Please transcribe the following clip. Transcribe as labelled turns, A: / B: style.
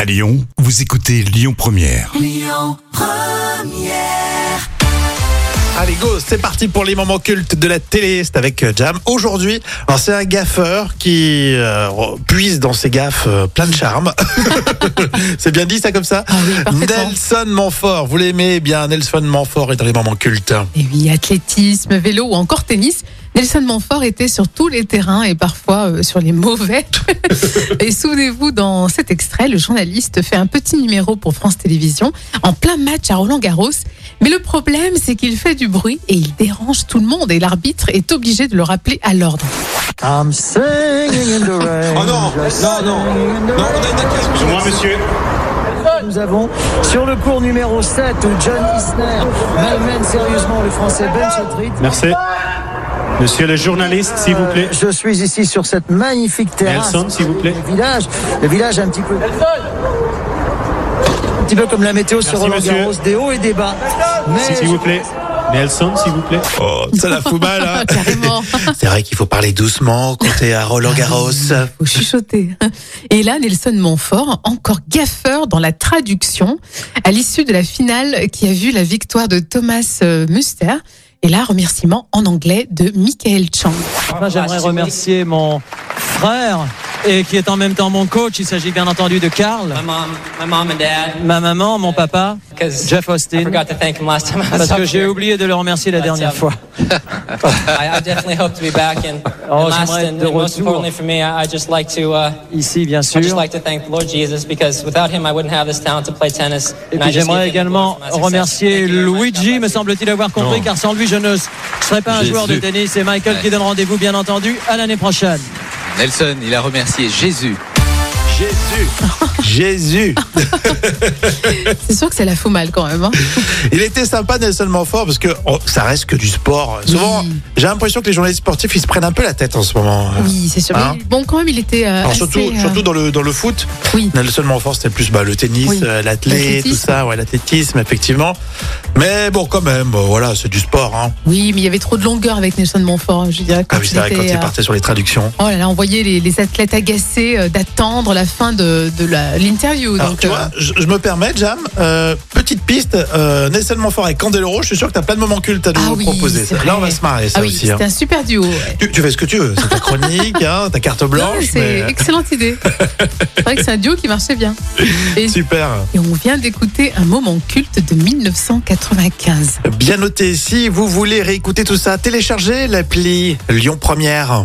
A: À Lyon, vous écoutez Lyon Première.
B: Allez go, c'est parti pour les moments cultes de la télé, c'est avec euh, Jam. Aujourd'hui, alors, c'est un gaffeur qui euh, puise dans ses gaffes euh, plein de charme. c'est bien dit ça comme ça
C: Ah parfaitement.
B: Nelson Manfort, vous l'aimez Eh bien, Nelson Manfort est dans les moments cultes. hein.
C: Et Eh oui, athlétisme, vélo ou encore tennis, Nelson Montfort était sur tous les terrains et parfois euh, sur les mauvais. et souvenez-vous, dans cet extrait, le journaliste fait un petit numéro pour France Télévisions en plein match à Roland Garros. Mais le problème, c'est qu'il fait du bruit et il dérange tout le monde et l'arbitre est obligé de le rappeler à l'ordre.
D: I'm singing in the rain.
E: Oh non, non, non, non, on a une attaque. Excusez-moi, monsieur.
D: Nous avons sur le cours numéro 7 où John Isner malmène sérieusement le français Ben Chetrit.
F: Merci. Monsieur le journaliste, s'il vous plaît.
D: Je suis ici sur cette magnifique terrasse.
F: Nelson, s'il vous plaît.
D: Le village, le village un petit peu. Un petit peu comme la météo sur
F: Merci,
D: Roland
F: monsieur.
D: Garros, des hauts et des bas.
G: Euh,
D: Mais
F: S'il vous plaît. Nelson, s'il vous plaît.
B: Oh, ça la fout mal. hein.
C: Carrément.
B: c'est vrai qu'il faut parler doucement quand t'es à Roland Garros.
C: Faut chuchoter. Et là, Nelson Montfort, encore gaffeur dans la traduction, à l'issue de la finale qui a vu la victoire de Thomas euh, Muster. Et là, remerciement en anglais de Michael Chang.
G: Enfin,
H: Ah,
G: j'aimerais remercier mon frère et qui est en même temps mon coach. Il s'agit bien entendu de Karl,
H: My mom, my mom and dad,
G: ma maman, mon papa,
H: because
G: Jeff
H: I
G: Austin.
H: forgot to thank him last time I was
G: Parce
H: up
G: que j'ai
H: here.
G: oublié de le remercier la dernière fois.
H: I, I definitely hope to be back. And, and
G: Oh,
H: last
G: j'aimerais
H: and,
G: de
H: and most
G: retour.
H: importantly for me, I, I just like to, uh,
G: Ici, bien
H: I just
G: sûr.
H: like to thank the Lord Jesus because without Him, I wouldn't have this talent to play tennis.
G: Et puis
H: and I just give
G: j'aimerais
H: Him the glory
G: également
H: for my success.
G: remercier
H: Thank you very much. God
G: Luigi,
H: bless
G: me
H: you.
G: semble-t-il avoir compris, car sans lui, je ne serais pas un joueur de tennis. Et Michael qui donne rendez-vous, bien entendu, à l'année prochaine.
I: Nelson, il a remercié Jésus.
B: Jésus. Jésus.
C: C'est sûr que ça la fout mal quand même. hein.
B: Il était sympa Nelson Manfort parce que oh, ça reste que du sport. Souvent,
C: Oui.
B: j'ai l'impression que les journalistes sportifs, ils se prennent un peu la tête en ce moment.
C: Oui, c'est sûr.
B: Hein
C: Mais bon, quand même, il était. euh,
B: Alors
C: assez,
B: surtout,
C: euh,
B: surtout dans le dans le foot,
C: Oui.
B: Nelson Manfort c'était plus bah, le tennis,
C: Oui.
B: euh, l'athlé, tout
C: L'athlétisme.
B: ça, ouais, l'athlétisme effectivement. Mais bon, quand même, bah, voilà, c'est du sport. Hein.
C: Oui, mais il y avait trop de longueur avec Nelson Montfort. Je veux dire, quand
B: Ah oui, c'est vrai
C: il
B: quand
C: était,
B: il
C: euh,
B: partait sur les traductions.
C: Oh là là, on voyait les, les athlètes agacés euh, d'attendre la fin de, de la- l'interview.
B: Alors
C: donc,
B: tu
C: euh,
B: vois, je, je me permets, Jam, euh, petite piste, euh, Nelson Manfort et Candeloro, je suis sûr que t'as plein de moments cultes à nous
C: Ah oui,
B: proposer.
C: c'est
B: Là,
C: vrai.
B: on va se marrer ça
C: ah oui,
B: aussi. hein.
C: c'était un super duo. ouais.
B: Tu, tu fais ce que tu veux, c'est ta chronique, hein, ta carte
C: Non, mais
B: blanche.
C: C'est
B: mais- euh,
C: excellente idée. C'est vrai que c'est un duo qui marchait bien. Et,
B: Super.
C: et on vient d'écouter un moment culte de 1995.
B: Bien noté, si vous voulez réécouter tout ça, téléchargez l'appli Lyon Première.